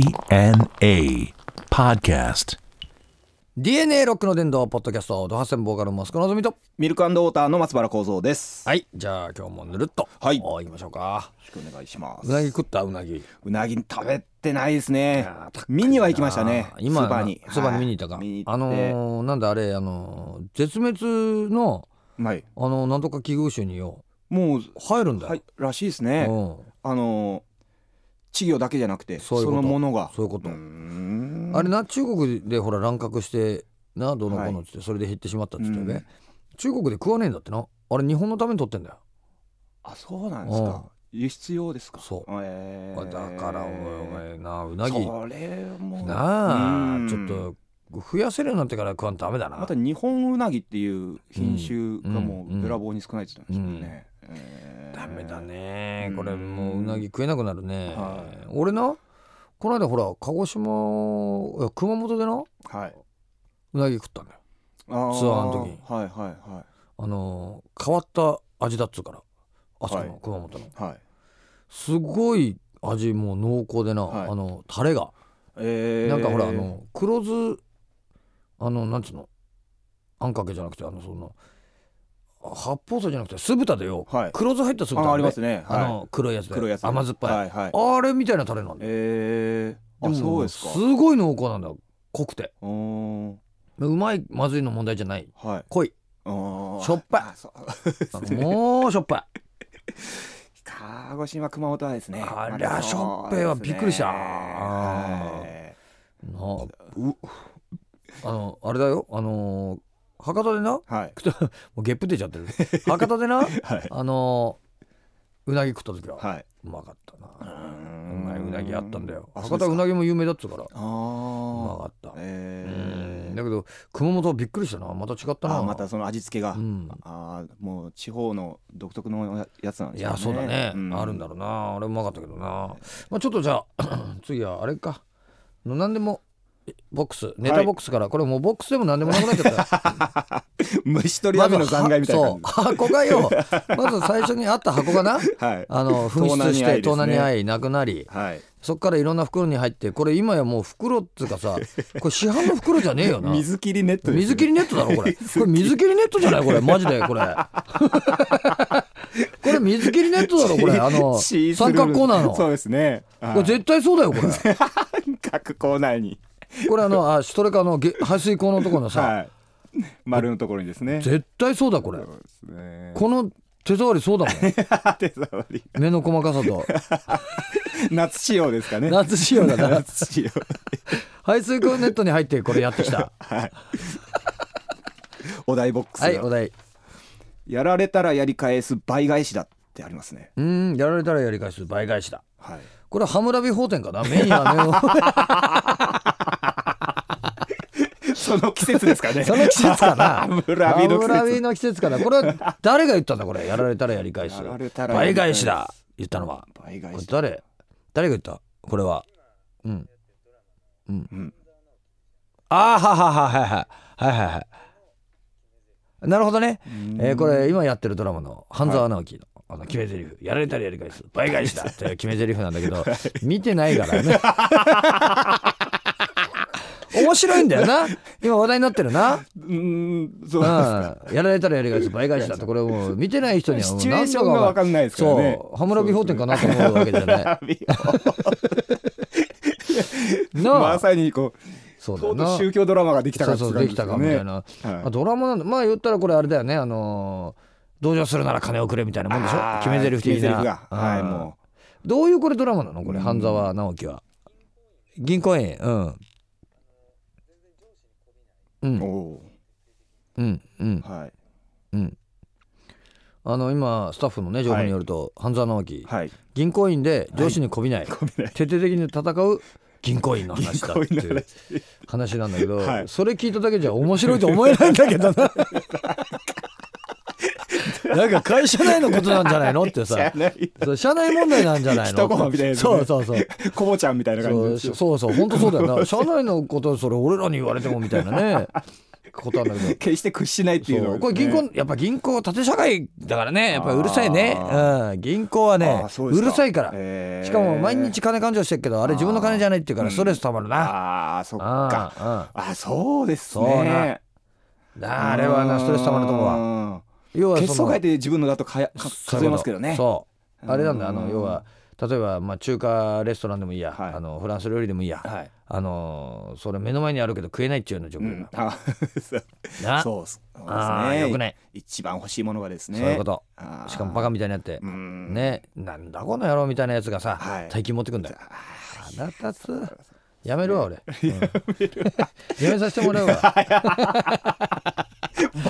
DNA Podcast. DNA ロックの伝道ポッドキャストドハセンボーカルマスクのぞみとミルクウォーターの松原幸三です。はいじゃあ今日もぬるっとはいおー行きましょうかよろしくお願いします。うなぎ食ったうなぎうなぎ食べてないですねやー高いな。見には行きましたね。今スーパーに。スーパーに見に行ったか、はい見に行あってのーなんだあれあのー絶滅のはい。あのーなんとか奇遇種によもう入るんだよ、はいらしいですうね。ん、あの稚魚だけじゃなくてそういうそことのものが。そういうこと、うーんあれな中国でほら乱獲してなどうのこうのっつって、それで減ってしまったっつってね、うん中国で食わねえんだってなあれ日本のために取ってんだよあそうなんですうんか。輸出用ですか。そうえだーからお前なうなぎそれもなあうんちょっと増やせるようになってから食わんとダメだな、また日本うなぎっていう品種がもうんうべらぼうに少ないって言ってましたよね。えーダメだ。ねうんこれもううなぎ食えなくなるね、はい俺なこの間ほら鹿児島いや熊本でなうはい。なぎ食ったんだよツアーツアーの時にはいはいはあのー変わった味だっつうからあそこのはい熊本の、いはいすごい味もう濃厚でな、はいあのタレがえーなんかほらあの黒酢あのなんつうのあんかけじゃなくてあのその八宝菜じゃなくて酢豚でよ、はい黒酢入った酢豚ああるりねますねあはの黒いやついで黒いやつ甘酸っぱい、はいはいあれみたいなタレなんだよえーあもそうですかすごい濃厚なんだよ濃くてうーんうまいまずいの問題じゃないはい濃 いあーしょっぱいあそうもうしょっぱい鹿児島熊本はですねありゃしょっぺいはびっくりしたはいなあうあのあれだよあのー博多でなもはい、うゲップ出ちゃってる博多で なはいあのーうなぎ食った時は、はいうまかったなうーうんまいうなぎあったんだよあ博多うなぎも有名だっつうからうあまーかったうえんだーけど熊本はびっくりしたなまた違ったなあまたその味付けがうんあーもう地方の独特のやつなんでいすよねやそうだねんあるんだろうなあれうまかったけどなまあちょっとじゃあ 次はあれかの何でもボックスネタボックスからこれもうボックスでも何でもなくなっちゃった 虫取りま網ずの残骸みたいなそう感箱がよまず最初にあった箱がなじ。はい。あ の紛失して盗盗難難にに遭遭いなくなりはい。そっからいろんな袋に入ってこれ今やもう袋っつうかさこれ市販の袋じゃねえよな 水切りネットですよ。水切りネットだろこれこれ水切りネットじゃないこれマジでこれこれ水切りネットだろこれあのシース三ルー角コーナーのそうこですね。はいれ絶対そうだよこれ三角コーナーに。これあのあそれかあのげ排水口のところのさはい。丸のところにですね。絶対そうだこれそうですね。この手触りそうだもん手触り。目の細かさと夏仕様ですかね。夏仕様だな夏仕様。排水口ネットに入ってこれやってきたはい。お題ボックスはいおが。題やられたらやり返す倍返しだってありますね。うーんやられたらやり返す倍返しだはい。これはハムラビ法典かな目には目をその季節ですか ね。 その季節かな村人季油節び。の季節かなこれは 誰が言ったんだこれやられたらやり返すやられたらや倍り返返しすだ言ったのは倍こ返れしだ。誰誰が言ったこれはうんうん、うんああははははいはいはいはいはいなるほどね、えーこれ今やってるドラマの半沢直樹の,、あの決め台詞やられたらやり返す倍返し だっていう決め台詞なんだけど見てないから ね面白いんだよな今話題になってるなうーん、そうなんですか。うんやられたらやり返す倍返しだってこれもう見てない人にはもうシチュエーションが分かんないですからねそうハムラビ法典かなと思うわけじゃないなまあさにこそううだとようとなう宗教ドラマができたそかうってそいううで感きじたすかよみたねいな、はいあドラマなんだまあ言ったらこれあれだよねあのー同情するなら金をくれみたいなもんでしょあー決め台詞的決め台詞ながはいうんもどういうこれドラマなのこれうん半沢直樹は銀行員うんううおんうんうんおはいうんあの今スタッフのね情報によると、半沢直樹、はい銀行員で上司にこびない、ごめんなさい徹底的に戦う銀行員の話だって銀行員いのう話なんだけど、はい それ聞いただけじゃ面白いと思えないんだけどななんか会社内のことなんじゃないのって じさゃ。ないそう社内問題なんじゃないの一コマみたいなやつねそうそうそう。コボちゃんみたいなそ感うじでそうそう、本当そうだよな。社内のこと、それ俺らに言われてもみたいなね。ことなんだけど。決して屈しないっていうそのがうこれ銀行、やっぱ銀行縦社会だからね、やっぱうるさいね。あうん、銀行はねあ、うそうですかるさいから。へーしかも毎日金勘定してるけど、あれ自分の金じゃないっていうから、ストレスたまるな。ああそっかああそうですそうなねあれはな、ストレスたまるとこは。は要はその結束書いて自分のだとかやか数えますけどねそうあれなんだあうのん要は例えばまあ中華レストランでもいいや、はいあのフランス料理でもいいや、はいあのそれ目の前にあるけど食えないっちゅうような状う況が、んあそうなそうですそうですあーねよくない一番欲しいものがですねそういうことあーしかもバカみたいになってう、んねなんだこの野郎みたいなやつがさ、はい大金持ってくんだよあ腹立つやめるわ俺、うんやめさせてもらうわー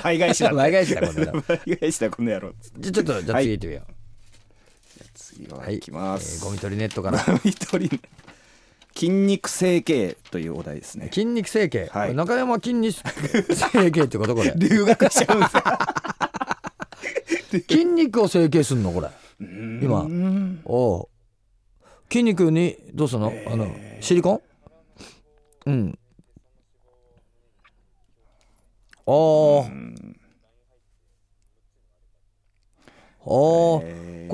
倍返しだって倍返しだこの野郎 倍返しだこの野郎じゃちょっとじゃあはい次行ってみよ次うははいいきまえーす ゴミ取りネットから一人筋肉整形というお題です ね筋肉整形、はい中山筋肉整形ってことこれ留学しちゃうん ですよ筋肉を整形すんのこれ今今おう筋肉にどうすんの、あのシリコンうんああああこ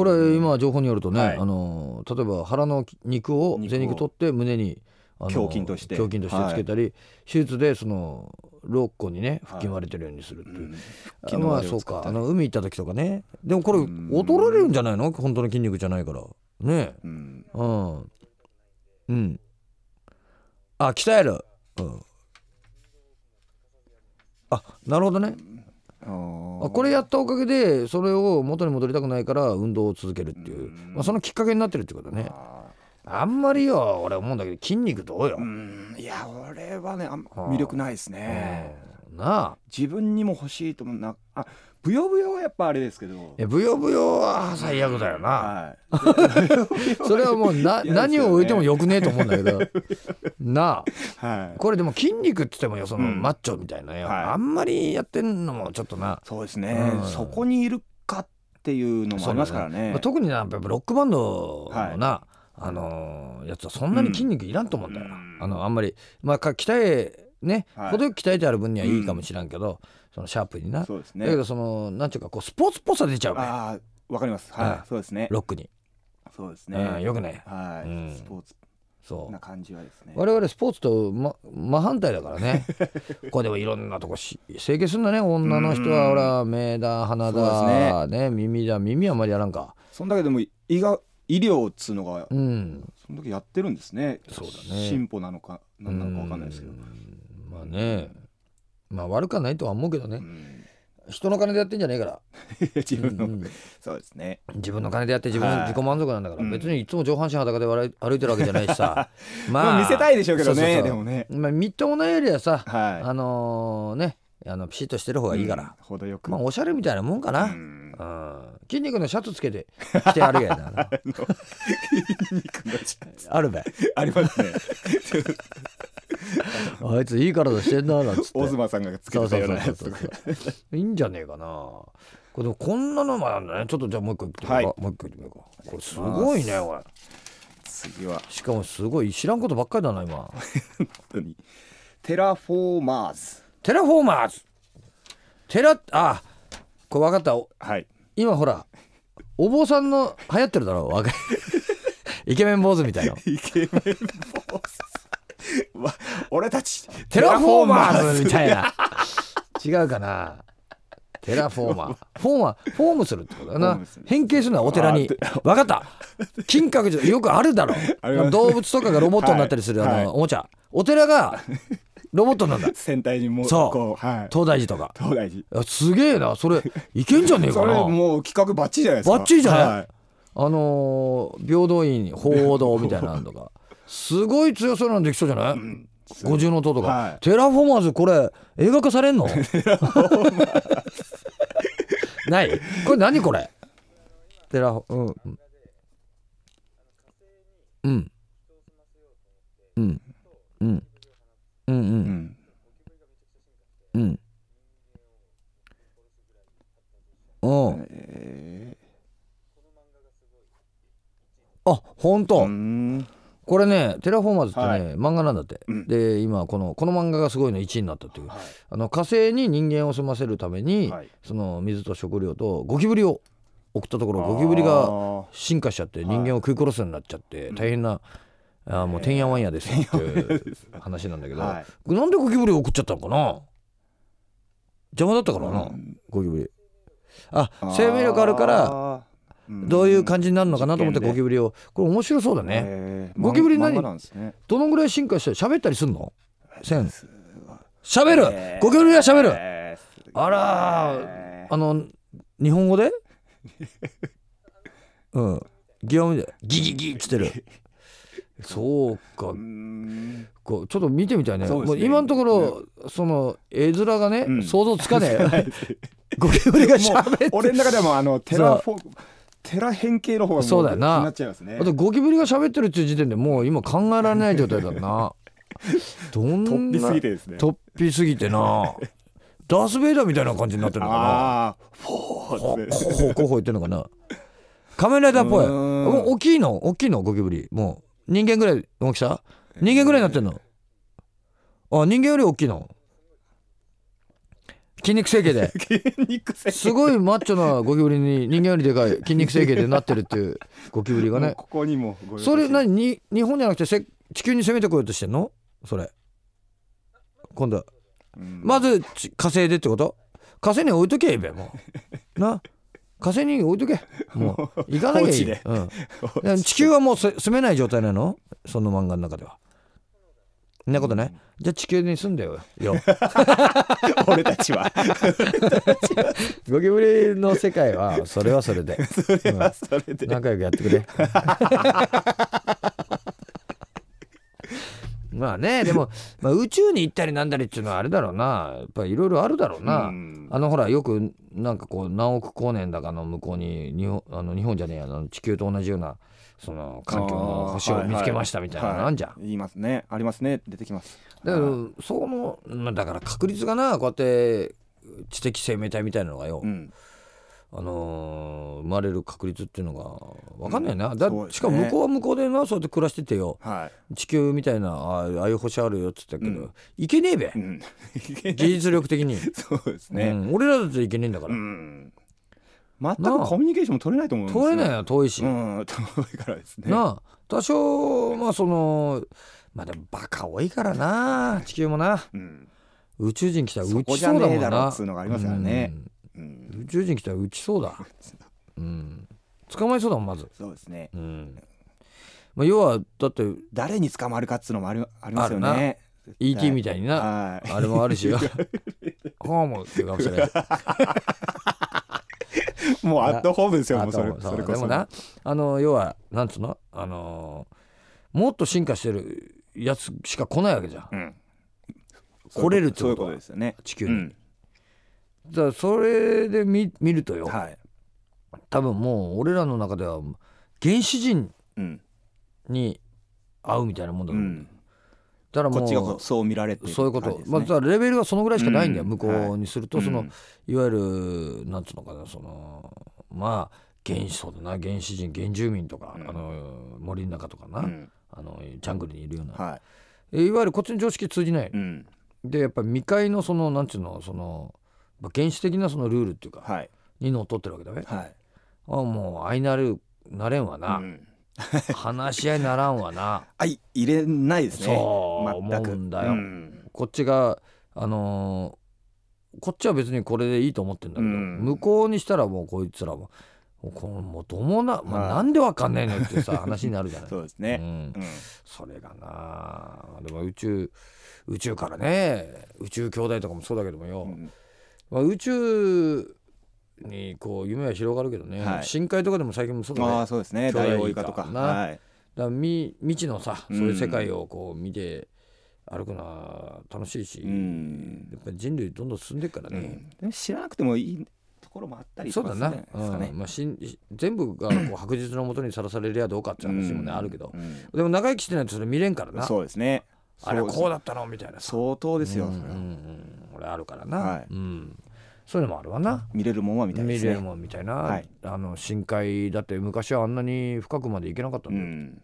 れ今情報によるとね、はいあの例えば腹の肉を肉を全肉取って胸にあの胸筋として胸筋としてつけたり、手術でその肋骨にね腹筋割れてるようにするっていう、筋あのまあ割れそをう使ったかりあの海行った時とかねでもこれうん衰えれるんじゃないの本当の筋肉じゃないからねうんうんうんあ鍛えるうんあなるほどねあーあこれやったおかげでそれを元に戻りたくないから運動を続けるっていう、まあ、そのきっかけになってるってことねああんまりよ俺思うんだけど筋肉どうよ、ーうんいや俺はねあん魅力ないですねなあ自分にも欲しいともなあブヨブヨはやっぱあれですけどえブヨブヨは最悪だよな、はい それはもうな、嫌ですよね何を置いてもよくねえと思うんだけど なあはいこれでも筋肉っつってもよそのうんマッチョみたいなよ、はいあんまりやってんのもちょっとな、そうですねうんそこにいるかっていうのもありますからねまあ、特になやっぱロックバンドのな、あのーやつはそんなに筋肉いらんと思うんだよ、うんあのあんまりまあか鍛えね、はい程よく鍛えてある分にはいいかもしらんけど、そのシャープにな、そうですだねけどそのなんていうかこうスポーツっぽさ出ちゃうねああわかりますははいいそうですねロックに、そうですうん、ねよくねはうんいスポーツそうな感じはですね我々スポーツとま真反対だから ねこれでもいろんなとこし整形するんだね女の人はうんほら目だ鼻そだ、ね耳だ耳はあんまりやらんかそんだけでも医が医療っつうのがうんそんだけやってるんですねそうだね進歩なのか何なのかわかんないですけどうんまあねまあ悪くはないとは思うけどね、うん 人の金でやってんじゃねえから、自分うんうのんそうですね自分の金でやって自分はい自己満足なんだから、うん別にいつも上半身裸で笑い歩いてるわけじゃないし さまあ見せたいでしょうけそどうそうそねうでもねまあみっともないよりはさ、はあのねあのピシッとしてる方がいいいから、うん程よくまあおしゃれみたいなもんかな、うんうん筋肉のシャツつけて着てあ るやな肉がちゃんとあるべあります ねあいついい体してんななんつってオズマさんがつけてたようなやつとかそうそうそうそういいんじゃねえかなこれでもこんなのもあるんだねちょっとじゃあもう一個いってみようか、はもう一個いってみようかこれすごいねこれ次はしかもすごい知らんことばっかりだな今本当にテラフォーマーズテラフォーマーズテラあこれ分かったおはい今ほらお坊さんの流行ってるだろ若いイケメン坊主みたいなイケメンボスわ俺たちテラフォーマーズみたいな。 違うかな。テラフォーマー。フォーマー、フォームするってことだフォーなムする。変形するのはお寺にあ。わかった。金閣寺、よくあるだろありま。す動物とかがロボットになったりする、はいあはい。の、おもちゃ。お寺がロボットなんだ戦隊にもうそうこうはい東大寺とか。東大寺あすげえな。それ、いけんじゃねえそかれな。もう企画バッチリじゃないですかバッチリじゃないはいあのー、平等院、鳳凰堂みたいなのとか。すごい強そうなのできそうじゃない、五重の塔とか、はいテラフォーマーズこれ映画化されんのないこれ何これテラフォうんうんうんうんうんうんうんうんうんうんあ本当、うんこれね「テラフォーマーズ」ってね、はい漫画なんだって、うんで今このこの漫画がすごいの1位になったっていう、はいあの火星に人間を住ませるために、はいその水と食料とゴキブリを送ったところゴキブリが進化しちゃって人間を食い殺すようになっちゃって大変な、あーもうてんやわんやですよっていう話なんだけど、はなんでゴキブリを送っちゃったのかな邪魔だったからな、うんゴキブリあ生命力あるからどういう感じじになるのかなと思って実験ゴでキブリをこれ面白そうだね、ゴゴキキブブリリ何何漫画なんですねどのぐらい進化して喋ったりすんの線す喋る、えーゴキブリは喋る、えーすげえあらあの日本語 でうんギアでギギギっつって るそうかうんこうちょっと見てみたいねそうですもねう今のところ、その絵面がね、うん想像つかね えゴキブリが喋って俺の中でもあのテラフォテラ変形の方がもそうだよな気になっちゃいますねあとゴキブリが喋ってるっていう時点でもう今考えられない状態だ などんな突飛すぎてですね突飛すぎて なダース・ベイダーみたいな感じになってるのかなああフォーですね候補候補言ってるのかな仮面ライダーっぽいうーんもう大きいの大きいのゴキブリもう人間ぐらいの大きさ人間ぐらいになってんのあ人間より大きいの筋肉整形で筋肉性すごいマッチョなゴキブリに人間よりでかい筋肉整形でなってるっていうゴキブリがもうねここにもご用意それ何に日本じゃなくてせ地球に攻めてこようとしてんのそれ今度はうんまずち火星でってこと火星に置いとけべも うな火星に置いとけもう行かなきゃいい、放置ねうん、で地球はもうす住めない状態なのその漫画の中ではそんなことない、じゃあ地球に住んでよよ 俺たちは ゴキブリの世界はそれはそれでそれで仲良くやってくれ まあねでも、まあ、宇宙に行ったりなんだりっていうのはあれだろうなやっぱりいろいろあるだろうな、うんあのほらよくなんかこう何億光年だかの向こうに日本あの日本じゃねえやあの地球と同じようなその環境の星を見つけましたみたいなのあんじゃん。言いますねありますね出てきますだけどそのまあだから確率がなこうやって知的生命体みたいなのがよ、うんあのー生まれる確率っていうのが分かんないな、だそうですねしかも向こうは向こうでなそうやって暮らしててよは地球みたいなあああいう星あるよっつったけど、うんいけねえべい、うん、技術力的に、そうですう ねん俺らだっていけねえんだかうら、ん全くなあコミュニケーションも取れないと思うんです通れないよ遠いし、うん遠いからですねなあ多少まあそのまあでもバカ多いからな地球もなうん宇宙人来たらそ撃こちじゃそうだもねんえだろなっつうのがありますからねううんん宇宙人来たら撃ちそうだうん捕まえそうだもんまずそうですねうんまあ要はだって誰に捕まるかっつうのもありありますよあるね ET みたいになはいあれもあるしホームっていうかもしれないもうアットホームですよあもうそれとそれこでそもなあの要はなんつうのあのーもっと進化してるやつしか来ないわけじゃんうん来れるってそういことうことはですよね地う球に、んだからそれで見見るとよ、はい多分もう俺らの中では原始人うんに会うみたいなもんだうと思う、んだからこっちがこもうそう見られてうるそういうこと、感じですねまあ、だからレベルがそのぐらいしかないんだよ、うん向こうにすると、はいそのうんいわゆるなんつうのかなそのまあ原始そうだな原始人原住民とか、うんあの森の中とかな、うんあのジャングルにいるような、、はいわゆるこっちの常識通じないい、うんでやっぱ未開のそのなんつうのそのまあ原始的なそのルールっていうか、はいにのっとってるわけだね、はいあもう相なるなれんわな、うん話し合いならんわなあい入れないですねそう全く思うんだようんこっちがあのーこっちは別にこれでいいと思ってんだけど、うん向こうにしたらもうこいつらももうこのもうどうもな、まはいあ、なんでわかんないのよってさ話になるじゃない そうですうねんう、んそれがなでも宇宙宇宙からね宇宙兄弟とかもそうだけどもよ、うんまあ、宇宙にこう夢は広がるけどね、はい深海とかでも最近もそうだねああそうですね巨大ダイオウイカとかイカなはいだからみ未知のさそううんいう世界をこう見て歩くのは楽しいし、うんやっぱり人類どんどん進んでいくからうね、んでも知らなくてもいいところもあったりそとうかだするな、んじゃないですかうねんまあ、しん全部がこう白日のもとにさらされりゃどうかって話もね、うんあるけどうんでも長生きしてないとそれ見れんからなそうですねあれはそうこうだったのみたいな相当ですようんそうんれうはん俺あるからな、はいうんそういうのもあるわな。見れるもんはみたいで見すれるね。もんみたいな、はいあの深海だって昔はあんなに深くまで行けなかったんうだよ、ん。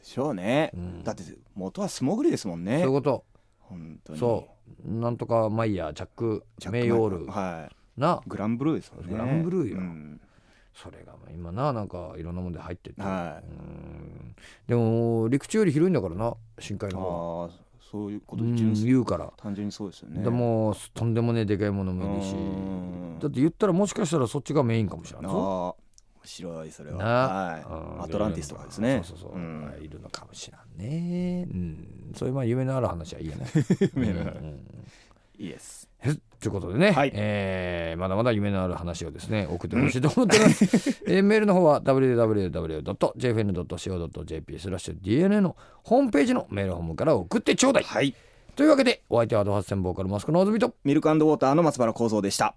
でしょうね。うんだって元は素潜りですもんそういねう。こと本当に。そうなんとかマイヤージャックジャックメイヨール、はい。なグランブルーですもんね。グランブルーようんそれが今ななんかいろんなもんで入ってて、はい。うんでも陸地より広いんだからな深海あのあ方はー、そういうこうとん純粋言うから、単純にそうですよね。でもうとんでもねえでかいものもいるしうんだって言ったらもしかしたらそっちがメインかもしれあなあいぞ面白いそれは。なはうい。んアトランティスとかですね。そうそうそう、んいるのかもしれんねうんそういうまあ夢のある話はいいよね 夢のあるうんうんいいです。へということでね、はいえーまだまだ夢のある話をですね送ってほしいと思ってます、 えーメールの方は www.jfn.co.jp スラッシュ DNA のホームページのメールホームから送ってちょうだい、はい。というわけでお相手はドハッセンボーカルマスクのおずみとミルクウォーターの松原幸三でした。